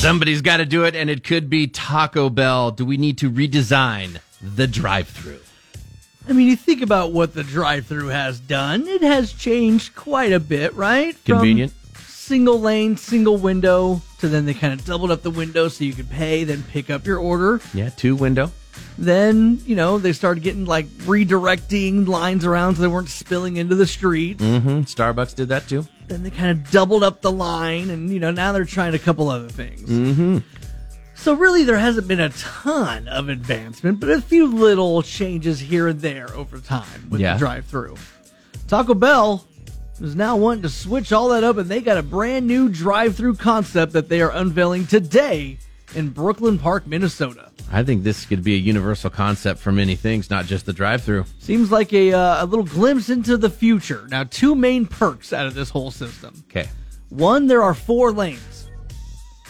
Somebody's got to do it, and it could be Taco Bell. Do we need to redesign the drive-through? I mean, you think about what the drive-through has done. It has changed quite a bit, right? From Convenient. single lane, single window. So then they kind of doubled up the window so you could pay, then pick up your order. Yeah, two window. Then you know they started getting like redirecting lines around so they weren't spilling into the street. Mm-hmm. Starbucks did that too. Then they kind of doubled up the line, and you know now they're trying a couple other things. Mm-hmm. So really, there hasn't been a ton of advancement, but a few little changes here and there over time with Yeah. the drive-through. Taco Bell is now wanting to switch all that up, and they got a brand new drive-through concept that they are unveiling today in Brooklyn Park, Minnesota. I think this could be a universal concept for many things, not just the drive-through. Seems like a, uh, a little glimpse into the future. Now, two main perks out of this whole system. Okay. One, there are four lanes.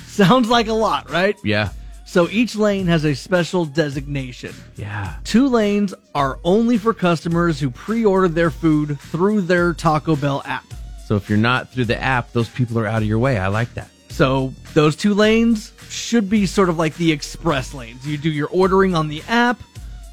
Sounds like a lot, right? Yeah. So each lane has a special designation. Yeah. Two lanes are only for customers who pre order their food through their Taco Bell app. So if you're not through the app, those people are out of your way. I like that. So those two lanes should be sort of like the express lanes. You do your ordering on the app,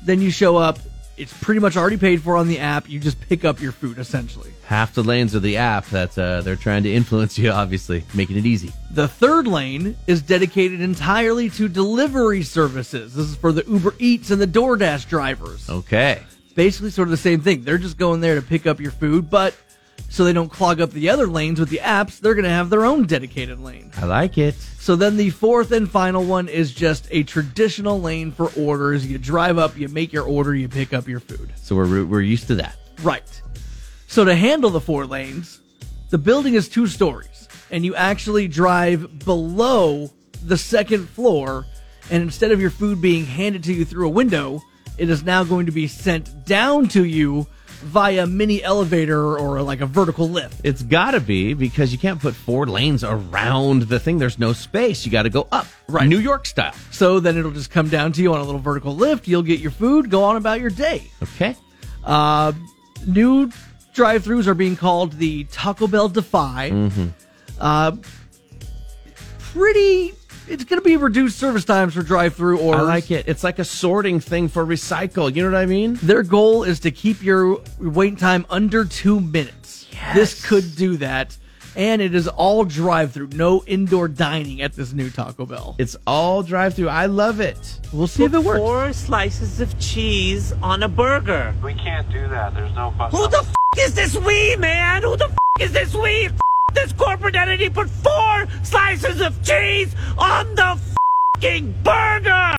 then you show up. It's pretty much already paid for on the app. You just pick up your food essentially. Half the lanes of the app that uh, they're trying to influence you, obviously, making it easy. The third lane is dedicated entirely to delivery services. This is for the Uber Eats and the DoorDash drivers. Oh. Okay. Basically, sort of the same thing. They're just going there to pick up your food, but so they don't clog up the other lanes with the apps, they're going to have their own dedicated lane. I like it. So then the fourth and final one is just a traditional lane for orders. You drive up, you make your order, you pick up your food. So we're we're used to that. Right. So to handle the four lanes, the building is two stories, and you actually drive below the second floor, and instead of your food being handed to you through a window, it is now going to be sent down to you via mini elevator or like a vertical lift. It's got to be because you can't put four lanes around the thing. There's no space. You got to go up, Right. New York style. So then it'll just come down to you on a little vertical lift. You'll get your food, go on about your day. Okay. Uh, new drive-throughs are being called the Taco Bell Defy. Mm-hmm. Uh, pretty. It's going to be reduced service times for drive-through orders. I like it. It's like a sorting thing for recycle. You know what I mean? Their goal is to keep your wait time under two minutes. This could do that, and it is all drive-through, no indoor dining at this new Taco Bell. It's all drive through. I love it. We'll see if it works. Four slices of cheese on a burger. We can't do that. There's no bus. Who the f is this we, man? Who the f is this we? F this corporate entity put four slices of cheese on the fing burger!